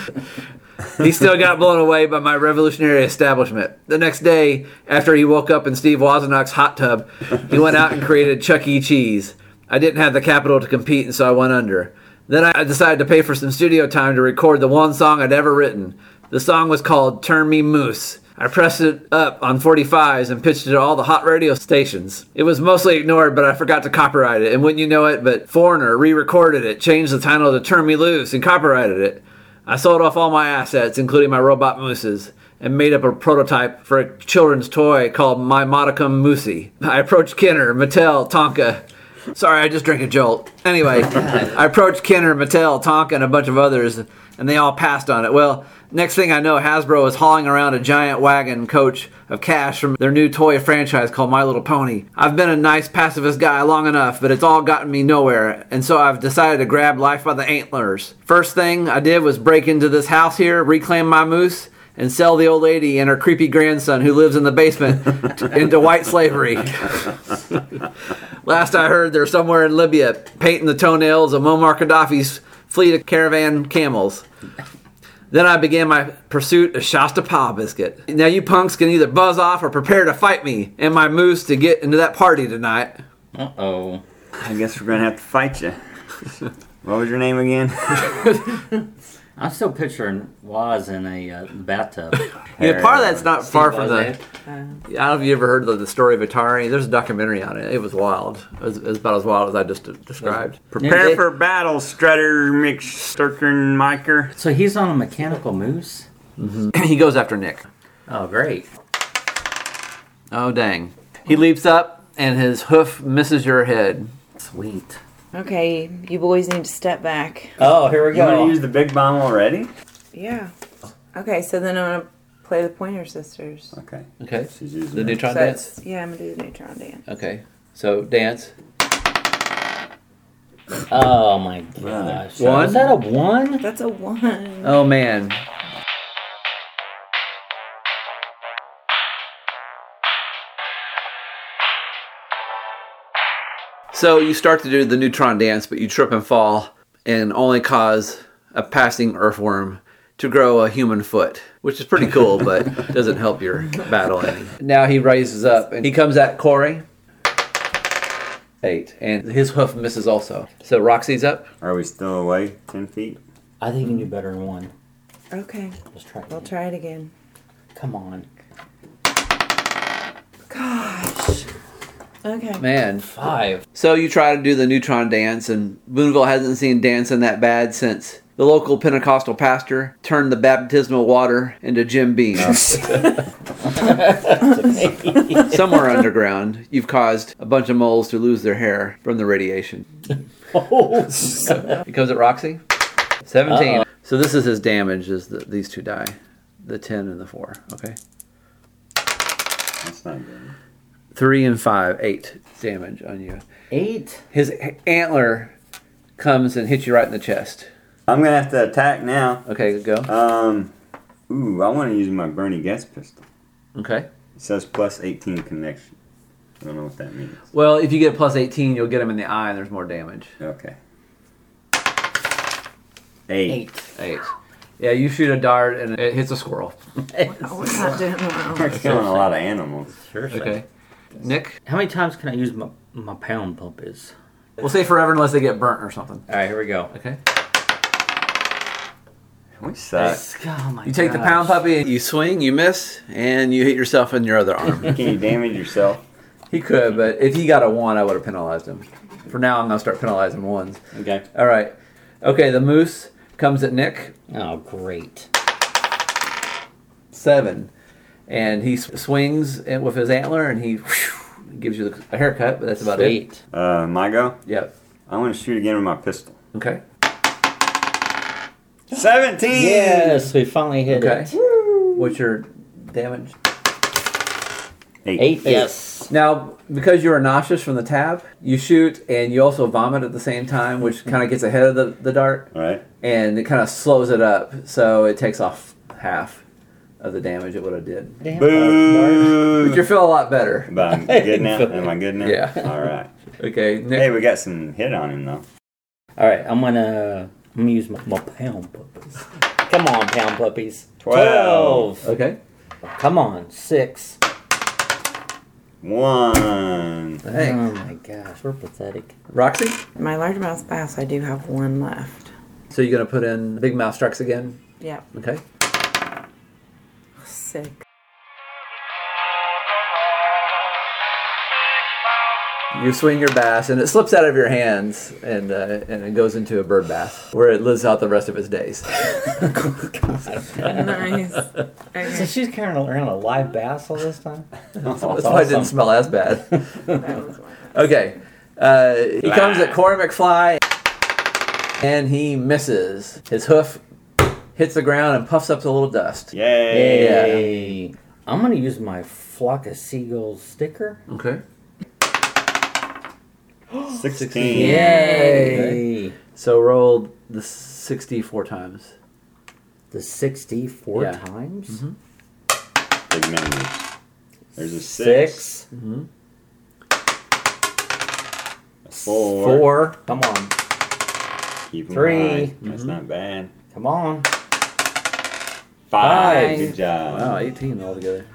he still got blown away by my revolutionary establishment. The next day, after he woke up in Steve Wozniak's hot tub, he went out and created Chuck E. Cheese. I didn't have the capital to compete, and so I went under. Then I decided to pay for some studio time to record the one song I'd ever written. The song was called Turn Me Moose. I pressed it up on 45s and pitched it to all the hot radio stations. It was mostly ignored, but I forgot to copyright it. And wouldn't you know it, but Foreigner re recorded it, changed the title to Turn Me Loose, and copyrighted it. I sold off all my assets, including my robot mooses, and made up a prototype for a children's toy called My Modicum Moosey. I approached Kenner, Mattel, Tonka. Sorry, I just drank a jolt. Anyway, I approached Kenner, Mattel, Tonka, and a bunch of others, and they all passed on it. Well, next thing I know, Hasbro was hauling around a giant wagon coach of cash from their new toy franchise called My Little Pony. I've been a nice pacifist guy long enough, but it's all gotten me nowhere, and so I've decided to grab life by the antlers. First thing I did was break into this house here, reclaim my moose, and sell the old lady and her creepy grandson who lives in the basement t- into white slavery. Last I heard, they're somewhere in Libya painting the toenails of Muammar Gaddafi's fleet of caravan camels. Then I began my pursuit of Shasta Pie Biscuit. Now you punks can either buzz off or prepare to fight me and my moose to get into that party tonight.
Uh oh.
I guess we're going to have to fight you. What was your name again?
I'm still picturing Waz in a uh, bathtub.
You know, part of that's not far from the.
Wozniak.
I don't know if you ever heard of the story of Atari. There's a documentary on it. It was wild. It was, it was about as wild as I just described.
Prepare
They-
for battle, Strutter, McSturkin, Miker.
So he's on a mechanical moose?
he goes after Nick.
Oh, great.
Oh dang! He leaps up and his hoof misses your head.
Sweet.
Okay, you boys need to step back.
Oh, here we
You want to use
go.
the big bomb already?
Yeah. Okay, so then I'm gonna play the Pointer Sisters.
Okay.
Okay.
She's using
The
it.
neutron
So
dance.
it's- yeah, I'm gonna do the neutron dance.
Okay. So dance.
Oh my
Brother.
gosh.
One?
Is that a one?
That's a one.
Oh man. So you start to do the neutron dance, but you trip and fall and only cause a passing earthworm to grow a human foot, which is pretty cool, but doesn't help your battle any. Now he raises up and he comes at Corey. Eight. And his hoof misses also. So Roxy's up.
Are we still away 10 feet?
I think you can do better than one.
Okay,
Let's try.
we'll try it again.
Come on.
Gosh. Okay.
Man,
Five.
So you try to do the neutron dance, and Boonville hasn't seen dancing that bad since the local Pentecostal pastor turned the baptismal water into Jim Beam. Somewhere underground, you've caused a bunch of moles to lose their hair from the radiation.
Oh.
It comes at Roxy. 17. So this is his damage, is that these two die. The 10 and the 4. Okay.
That's not good.
3 and 5. 8 damage on you.
Eight.
His h- antler comes and hits you right in the chest.
I'm going to have to attack now.
Okay, go.
Um, ooh, I want to use my Bernie Guest pistol.
Okay.
It says plus 18 connection. I don't know what that means.
Well, if you get a plus 18, you'll get him in the eye and there's more damage.
Okay. Eight.
Eight. Yeah, you shoot a dart and it hits a squirrel.
Oh, we're not doing well.
We're killing a lot of animals.
Sure. sure.
Okay. Nick?
How many times can I use my, my pound pump? Is
We'll say forever unless they get burnt or something.
all right. Here we go.
Okay.
We suck.
Oh my
You take the
gosh.
pound puppy and you swing, you miss, and you hit yourself in your other arm.
Can you damage yourself?
he could, but if he got a one, I would have penalized him. For now, I'm going to start penalizing ones.
Okay.
All right. Okay, the moose comes at Nick.
Oh, great.
seven, and he s- swings it with his antler, and he whew, gives you the- a haircut. But that's about it.
Sweet.
Uh, my go?
Yep.
I want to shoot again with my pistol.
Okay.
17!
Yes, we finally hit
Okay.
it.
What's your damage?
Eight.
Eight. Yes.
Now, because you are nauseous from the tab, you shoot and you also vomit at the same time, which kind of gets ahead of the, the dart,
All right.
and it kind of slows it up, so it takes off half of the damage it would have did.
Damn, Mark.
But
Boo!
you feel a lot better.
But I'm good now? Am I good now?
Yeah.
All right.
Okay. Nick.
Hey, we got some hit on him, though.
All right, I'm gonna I'm gonna use my, my pound puppies. Come on, pound puppies.
Twelve.
Okay.
Come on, six.
One.
Hey,
Uh-huh.
Oh my gosh, we're pathetic.
Roxy.
My largemouth bass, I do have one left.
So you're gonna put in big mouth strikes again.
Yep,
Okay.
sick.
You swing your bass, and it slips out of your hands, and uh, and it goes into a bird bath, where it lives out the rest of its days.
Nice.
So
Okay,
she's carrying around a live bass all this time.
That's why it didn't smell as bad.
that was one.
Okay, uh, he comes at Corey McFly, and he misses. His hoof hits the ground and puffs up a little dust.
Yay.
Hey, I'm gonna use my flock of seagulls sticker.
Okay.
16.
Yay!
So rolled the sixty-four times.
The 64
Yeah.
times?
Big numbers. Mm-hmm. There's a six. a Four.
Four. Come on.
Keep 'em
Three.
high. That's not bad.
Come on.
Five.
Five.
Good job.
Wow, eighteen altogether.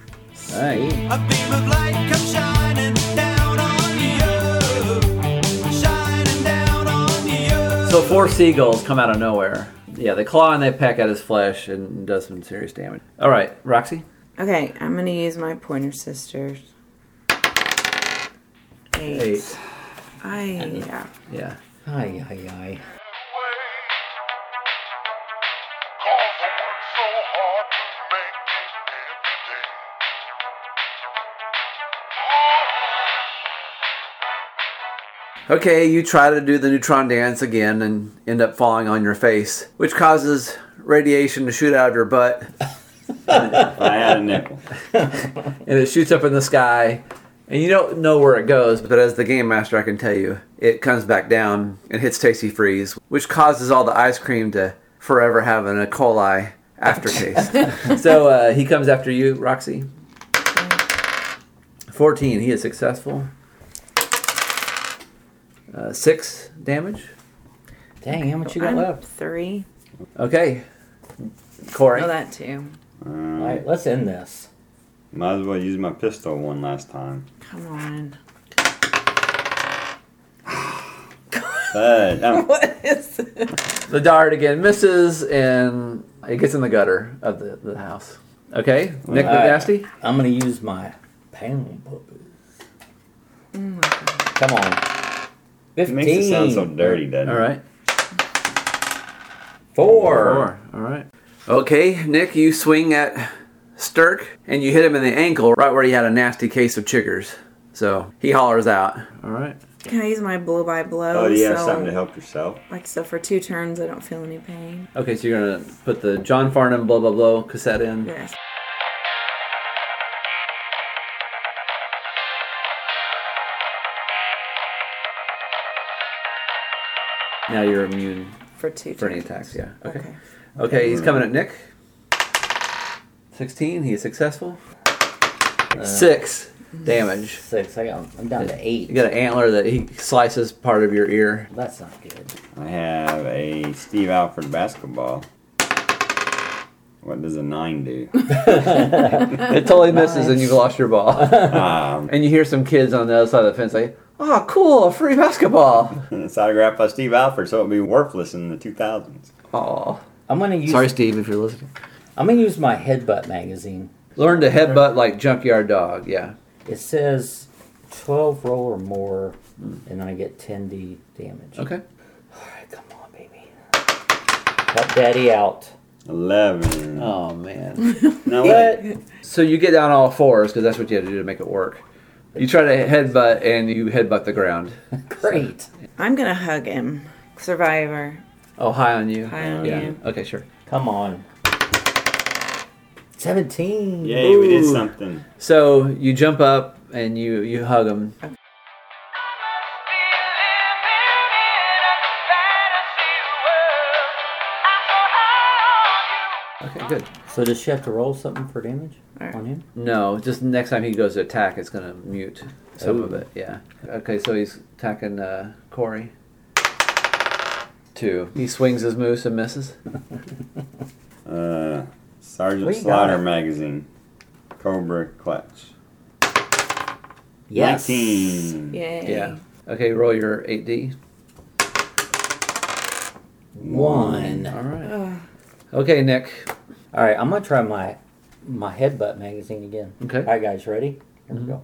Nice.
So four seagulls come out of nowhere. Yeah, they claw and they peck at his flesh and does some serious damage. All right, Roxy.
Okay, I'm gonna use my pointer sisters. Eight.
Eight.
I yeah.
Yeah.
Ay, ay, ay.
Cause I work so hard to make it every day.
Okay, you try to do the neutron dance again and end up falling on your face, which causes radiation to shoot out of your butt,
I had a nickel. Uh,
and it shoots up in the sky, And you don't know where it goes, but as the game master, I can tell you, it comes back down and hits Tasty Freeze, which causes all the ice cream to forever have an E. coli aftertaste. so uh, he comes after you, Roxy. 14, he is successful. Uh, six damage.
Dang, how much you
I'm Three.
Okay. Corey.
Oh, that too.
All right, let's end this.
Might as well use my pistol one last time.
Come on.
But, um,
What is this?
The dart again misses, and it gets in the gutter of the, the house. Okay, Nick
All right.
McNasty.
I'm gonna use my pound puppet. Come on.
it
Fifteen.
makes it sound so dirty, doesn't
All right.
Four.
Four. All right. Okay, Nick, you swing at Sturk, and you hit him in the ankle right where he had a nasty case of chiggers. So he hollers out. All right.
Can I use my blow by blow?
Oh, do you have
so,
something to help yourself?
Like so, for two turns, I don't feel any pain.
Okay, so you're gonna put the John Farnham blah blah blah cassette in.
Yes.
Now you're immune
For two
for any
turns.
attacks. Yeah. Okay.
Okay.
Okay, he's coming at Nick. 16, he is successful. Uh, Six damage.
Six. I got. I'm down to eight.
You got an antler that he slices part of your ear.
That's not good.
I have a Steve Alford basketball. What does a nine do?
It totally misses and you've lost your ball.
um,
and you hear some kids on the other side of the fence like, oh, cool, a free basketball.
it's autographed by Steve Alford, so it'll be worthless in the 2000s.
Aw.
I'm gonna use.
Sorry, Steve, if you're listening.
I'm gonna use my headbutt magazine.
Learn to headbutt like junkyard dog, yeah.
It says twelve roll or more, and I get ten d damage.
Okay.
All right, come on, baby. Help daddy out.
11.
Oh, man.
No, wait.
What?
so you get down all fours because that's what you have to do to make it work. You try to headbutt and you headbutt the ground.
Great.
I'm gonna hug him. Survivor.
Oh, high on you.
High on you.
Okay, sure.
Come on. Seventeen.
Yay, we did
Ooh.
something.
So you jump up and you you hug him. Okay, good.
So does she have to roll something for damage
Alright.
on him?
No, just next time he goes to attack, it's gonna mute some of it. Yeah. Okay, so he's attacking uh, Corey. Two. He swings his moose and misses.
Uh, Sergeant
We got
Slaughter
it.
magazine. Cobra clutch.
Yes.
19.
Yay.
Yeah. Okay, roll your eight D.
One.
All right.
Ugh.
Okay, Nick.
All right, I'm gonna try my my headbutt magazine again.
Okay.
All right, guys, ready? Here we go.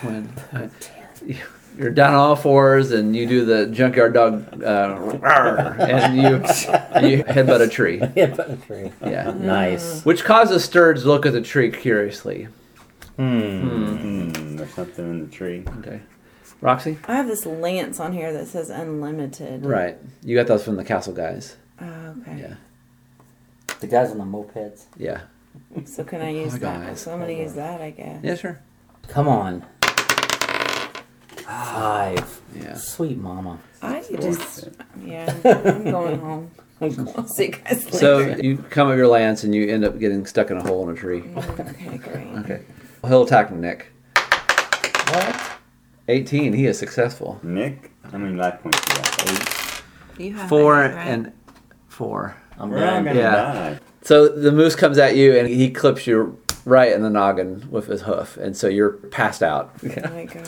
Twin. All right. You're down on all fours and you do the junkyard dog uh, roar, and you you headbutt a tree.
Headbutt a tree.
Yeah.
Nice.
Which causes Sturge to look at the tree curiously.
Hmm, there's something in the tree.
Okay. Roxy?
I have this lance on here that says unlimited.
Right. You got those from the castle guys.
Oh, okay.
Yeah.
The guys on the mopeds.
Yeah. Oh,
So can I use
my
that?
guys.
So I'm gonna use that, I guess.
Yeah, sure.
Come on. Five.
Yeah.
Sweet mama.
I just, yeah, I'm going home. I'll see you guys later.
So you come up your lance and you end up getting stuck in a hole in a tree.
okay, great.
Okay. He'll attack Nick.
What?
18. He is successful.
Nick, how many life points you got? Eight.
You have
Four
it, right?
and four.
I'm
We're not
done.
gonna
Yeah.
die.
So the moose comes at you and he clips you right in the noggin with his hoof, and so you're passed out.
Oh my gosh.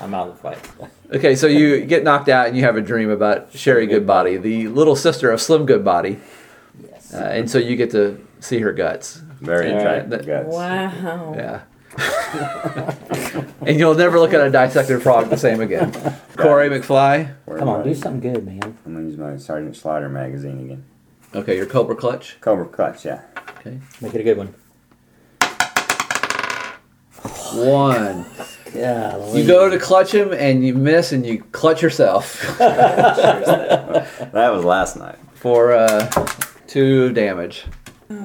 I'm out of the fight.
Okay, so you get knocked out and you have a dream about Sherry Goodbody, the little sister of Slim Goodbody,
Yes.
uh, and so you get to see her guts.
Very
All right, that-
attractive guts.
Wow.
Yeah. and you'll never look at a dissected frog the same again. Corey McFly.
Where
Come
am
on,
I?
do something good, man.
I'm gonna use my Sergeant Slaughter magazine again.
Okay, your Cobra Clutch.
Cobra clutch, yeah.
Okay.
Make it a good one.
One.
Yeah.
You go to clutch him and you miss and you clutch yourself
That was last night.
for uh, two damage.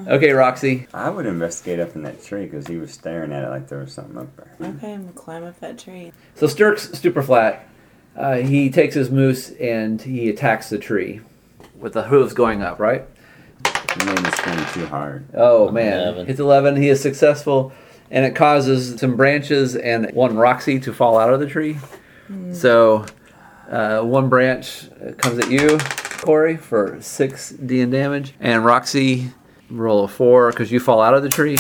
Okay, Roxy.
I would investigate up in that tree because he was staring at it like there was something up there.
Okay, I'm gonna climb up that tree.
So Sturk's Superflat, uh, he takes his moose and he attacks the tree with the hooves going up, right?
You made this thing too hard.
Oh man,
11.
hits 11. He is successful, and it causes some branches and one Roxy to fall out of the tree.
Mm.
So, uh, one branch uh, comes at you, Corey, for six D in damage, and Roxy roll a four because you fall out of the tree.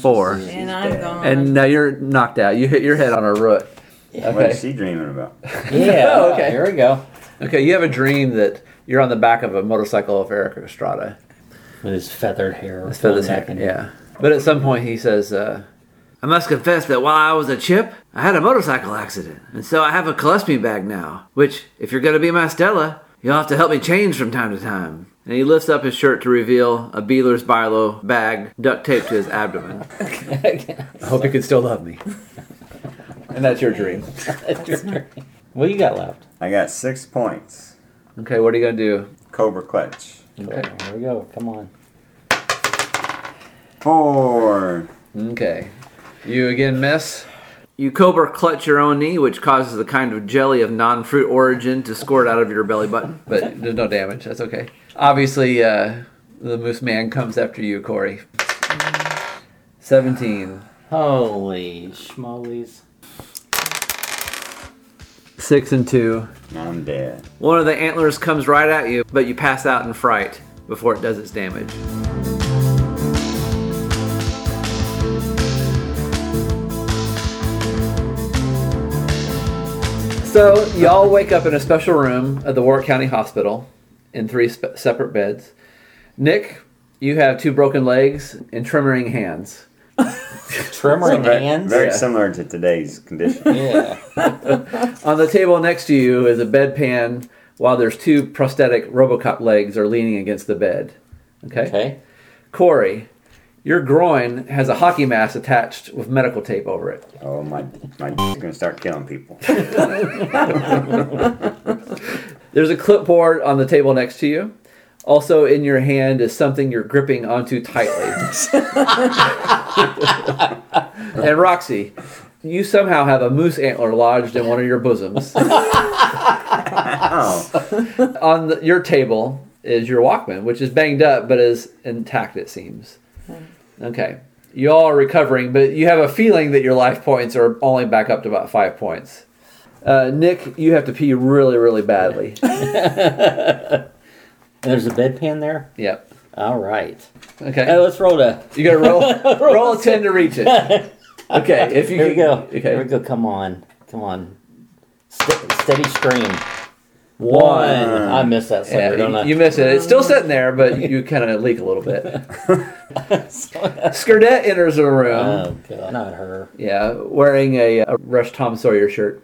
Four.
And I'm dead. gone.
And now you're knocked out. You hit your head on a root.
What is she dreaming about?
Yeah,
Yeah,
okay.
here we go.
Okay, you have a dream that you're on the back of a motorcycle of Eric Estrada.
With his feathered hair.
His feathers hair, yeah. But at some point he says, uh, I must confess that while I was a chip, I had a motorcycle accident. And so I have a colostomy bag now, which, if you're going to be my Stella, you'll have to help me change from time to time. And he lifts up his shirt to reveal a Beeler's Bilo bag duct taped to his abdomen. I hope you can still love me. And that's your dream.
What you got left? I got six points.
Okay, what are you gonna do?
Cobra clutch.
Okay,
here we go. Come on.
Four.
Okay. You again miss. You cobra clutch your own knee, which causes the kind of jelly of non fruit origin to squirt out of your belly button, but there's no damage. That's okay. Obviously, uh, the moose man comes after you, Corey. 17.
Holy schmollies.
Six and two.
I'm dead.
One of the antlers comes right at you, but you pass out in fright before it does its damage. So, y'all wake up in a special room at the Warwick County Hospital in three sp- separate beds. Nick, you have two broken legs and tremoring hands.
So very, Very similar to today's condition.
Yeah.
On the table next to you is a bedpan, while there's two prosthetic RoboCop legs are leaning against the bed. Okay.
Okay.
Corey, your groin has a hockey mask attached with medical tape over it.
Oh my! My gonna start killing people.
There's a clipboard on the table next to you. Also, in your hand is something you're gripping onto tightly. and Roxy, you somehow have a moose antler lodged in one of your bosoms. on the, your table is your Walkman, which is banged up but is intact, it seems. Okay. You all are recovering, but you have a feeling that your life points are only back up to about five points. Uh, Nick, you have to pee really, really badly.
There's a bedpan there?
Yep.
All right.
Okay.
Hey, let's roll the.
You gotta roll- roll a 10 to reach it. Okay, if you
Here we
can-
go.
okay.
Here we go. Come on. Come on. Ste- steady stream.
One.
I missed that sucker,
Yeah,
don't I?
You miss it. It's still sitting there, but you kind of leak a little bit. Skirdet enters the room.
Oh, God. Not her.
Yeah, wearing a, a Rush Tom Sawyer shirt.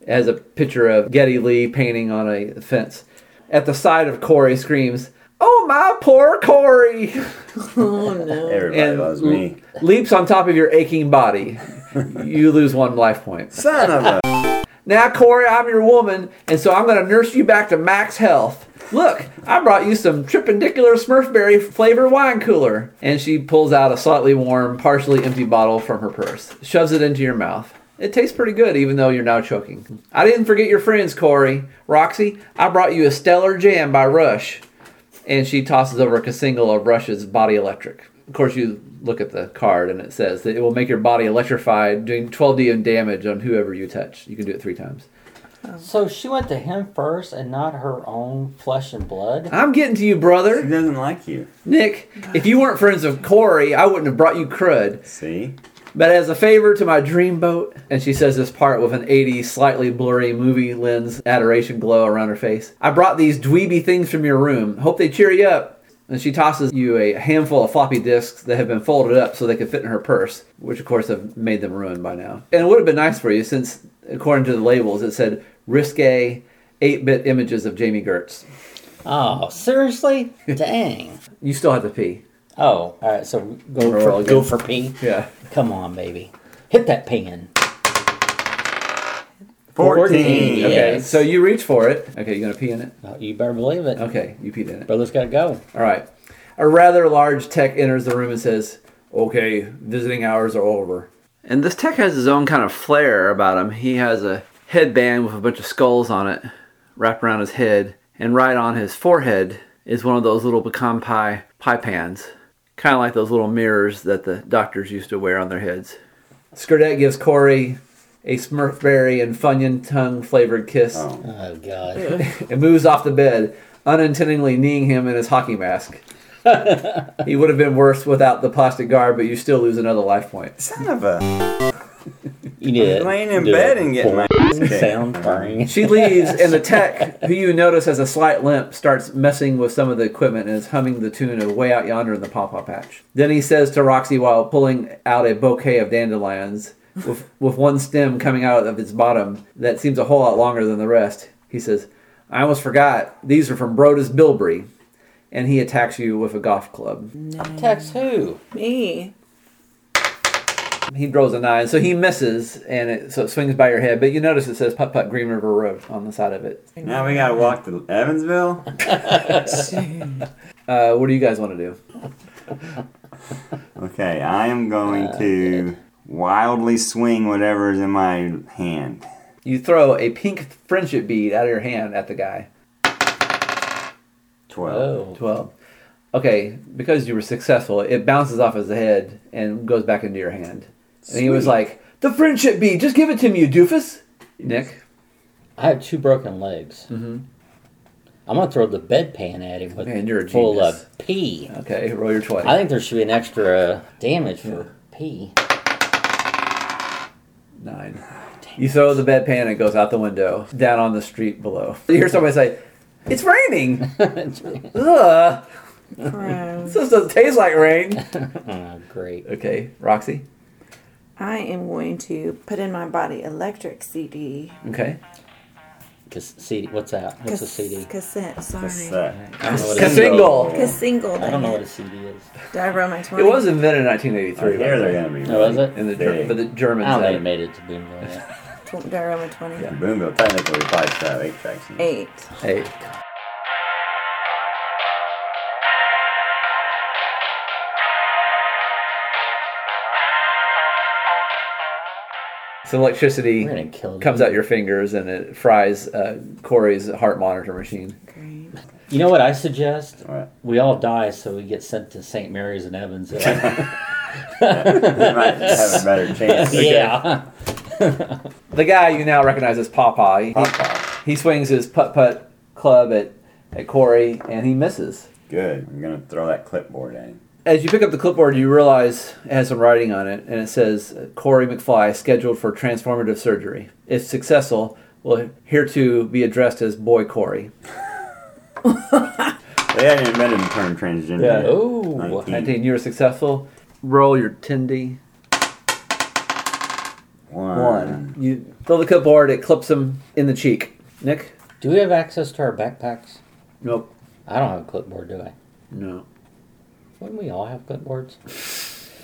It has a picture of Getty Lee painting on a fence. At the side of Corey screams, Oh, my poor Corey!
Oh no.
Everybody loves me.
l- leaps on top of your aching body. you lose one life point.
Son of a-
Now, Corey, I'm your woman, and so I'm going to nurse you back to max health. Look, I brought you some tripendicular Smurfberry flavor wine cooler. And she pulls out a slightly warm, partially empty bottle from her purse, shoves it into your mouth. It tastes pretty good, even though you're now choking. I didn't forget your friends, Corey. Roxy, I brought you a stellar jam by Rush and she tosses over a single of Rush's Body Electric. Of course, you look at the card and it says that it will make your body electrified, doing 12d in damage on whoever you touch. You can do it three times.
So she went to him first and not her own flesh and blood?
I'm getting to you, brother. She
doesn't like you.
Nick, if you weren't friends with Corey, I wouldn't have brought you crud.
See?
But as a favor to my dreamboat, and she says this part with an 80s, slightly blurry movie lens adoration glow around her face, I brought these dweeby things from your room. Hope they cheer you up. And she tosses you a handful of floppy disks that have been folded up so they could fit in her purse, which of course have made them ruined by now. And it would have been nice for you since, according to the labels, it said risque 8 bit images of Jamie Gertz.
Oh, seriously? Dang.
You still have to pee.
Oh, all right. So go
Roll
for
again.
go for pee.
Yeah.
Come on, baby. Hit that pan.
Okay,
yes.
so you reach for it. Okay, you gonna pee in it?
Oh, you better believe it.
Okay, you peed in it.
Brother's gotta go.
All right. a rather large tech enters the room and says, "Okay, visiting hours are over." And this tech has his own kind of flair about him. He has a headband with a bunch of skulls on it wrapped around his head, and right on his forehead is one of those little pecan pie pie pans, kind of like those little mirrors that the doctors used to wear on their heads. Skurdette gives Corey a Smurfberry and Funyun tongue flavored kiss.
Oh. Oh, God.
and moves off the bed, unintentionally kneeing him in his hockey mask. he would have been worse without the plastic guard, but you still lose another life point.
Son of a.
You
did. Laying in Do bed it. and getting my ass kicked. Sound
She leaves, and the tech, who you notice has a slight limp, starts messing with some of the equipment and is humming the tune of Way Out Yonder in the Pawpaw Patch. Then he says to Roxy while pulling out a bouquet of dandelions, with, with one stem coming out of its bottom that seems a whole lot longer than the rest, he says, I almost forgot, these are from Brodus Bilberry. And he attacks you with a golf club.
Text who?
Me.
He throws a nine, so he misses, and it, so it swings by your head. But you notice it says "Putt Putt Green River Road" on the side of it.
Now we gotta walk to Evansville.
uh, what do you guys want to do?
Okay, I am going to wildly swing whatever is in my hand.
You throw a pink friendship bead out of your hand at the guy.
Oh.
Oh.
Twelve.
Twelve. Okay, because you were successful, it bounces off his head and goes back into your hand. And he was
Sweet.
like, "The friendship bead, just give it to me, you doofus." Nick,
I have two broken legs.
Mm-hmm.
I'm gonna throw the bedpan at him with
Man, you're a
full
genius.
of pee.
Okay, roll your twenty.
I think there should be an extra uh, damage for pee.
nine. You throw the bedpan and it goes out the window down on the street below. You hear somebody say, "It's raining." Ugh. This doesn't taste like rain.
Oh, great.
Okay, Roxy.
I am going to put in my body electric CD.
Okay.
Cause CD, what's that? What's a
Cas-
CD?
Cassette, sorry.
I don't know what
A single.
Casingle.
I don't know what a CD is.
Did I roll my 20?
It was invented in 1983.
I
Oh,
hear
by the
they're
way.
gonna be.
Oh,
No, is it?
In the
Big.
Ger- but the Germans
I don't
had
think it
it.
made it to Boomville yet.
Did I roll my 20?
Boomville technically probably should have eight tracks. in it.
Eight.
Hey. So electricity
We're gonna kill them.
comes out your fingers and it fries uh, Corey's heart monitor machine.
Great.
You know what I suggest?
All right.
We all die, so we get sent to St. Mary's in Evansville.
We might have a better chance.
Yeah.
The guy you now recognize as Pawpaw. He,
Pawpaw.
he swings his putt putt club at, at Corey and he misses.
Good. I'm gonna throw that clipboard at him.
As you pick up the clipboard, you realize it has some writing on it, and it says Corey McFly scheduled for transformative surgery. If successful, will hereto be addressed as Boy Corey.
They hadn't invented the term transgender.
Yeah.
yet.
Oh.
19.
19, you were successful. Roll your 10D.
One.
One. You throw the clipboard, it clips him in the cheek. Nick?
Do we have access to our backpacks?
Nope.
I don't have a clipboard, do I?
No.
Wouldn't we all have clipboards?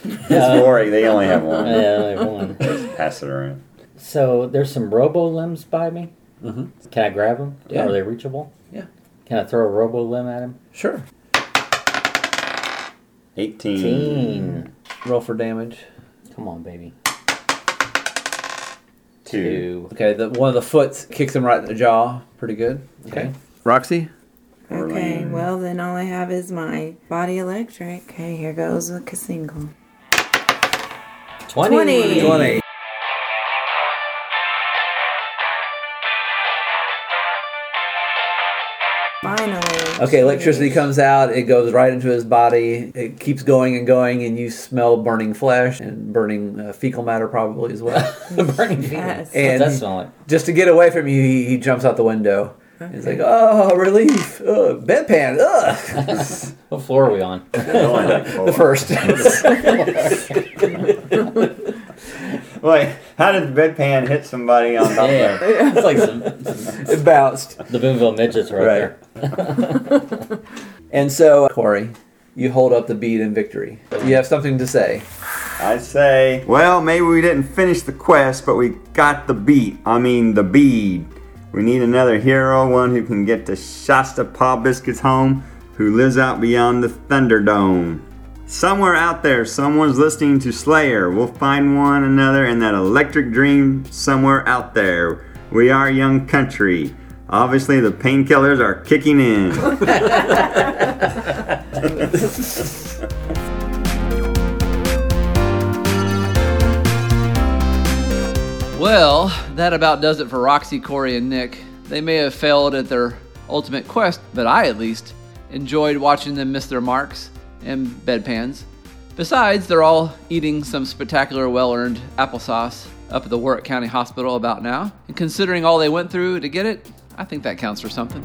Uh,
It's boring. They only have
Yeah,
one.
only one.
Pass it around.
So there's some robo limbs by me.
Mhm.
Can I grab them?
Yeah.
Are they reachable?
Yeah.
Can I throw a robo limb at him?
Sure.
18.
Teen.
Roll for damage.
Come on, baby.
Two.
Okay, the, one of the foots kicks him right in the jaw. Pretty good. Okay. Roxy?
Okay,
Orlean.
well, then all I have is my body electric. Okay, here goes a Casingle.
20.
20.
20.
Finally.
Okay, electricity comes out. It goes right into his body. It keeps going and going, and you smell burning flesh and burning uh, fecal matter probably as well.
Burning feet.
Yes.
And-
What's that smell like?
Just to get away from you, he, he jumps out the window. He's like, "Oh, relief! Ugh, bedpan! Ugh."
What floor are we on?
They're only like four.
the first.
Wait, how does bedpan hit somebody on top of their
Yeah. It's like some, some-
it bounced.
the Boonville midgets right,
Right.
there.
And so, Corey, you hold up the bead in victory. You have something to say.
I say, well, maybe we didn't finish the quest, but we got the beat. I mean, the bead. We need another hero, one who can get the Shasta Paw Biscuits home who lives out beyond the Thunderdome. Somewhere out there, someone's listening to Slayer. We'll find one another in that electric dream somewhere out there. We are young country. Obviously, the painkillers are kicking in.
Well, that about does it for Roxy, Corey, and Nick. They may have failed at their ultimate quest, but I at least enjoyed watching them miss their marks and bedpans. Besides, they're all eating some spectacular, well earned applesauce up at the Warwick County Hospital about now. And considering all they went through to get it, I think that counts for something.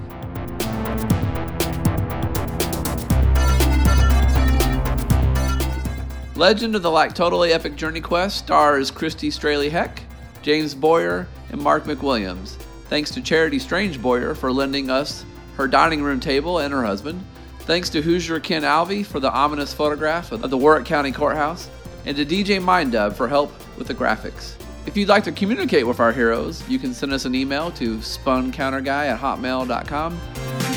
Legend of the Like Totally Epic Journey Quest stars Christy Straley Heck, James Boyer, and Mark McWilliams. Thanks to Charity Strange Boyer for lending us her dining room table and her husband. Thanks to Hoosier Ken Alvey for the ominous photograph of the Warwick County Courthouse, and to DJ Mindub for help with the graphics. If you'd like to communicate with our heroes, you can send us an email to spuncounterguy at hotmail.com.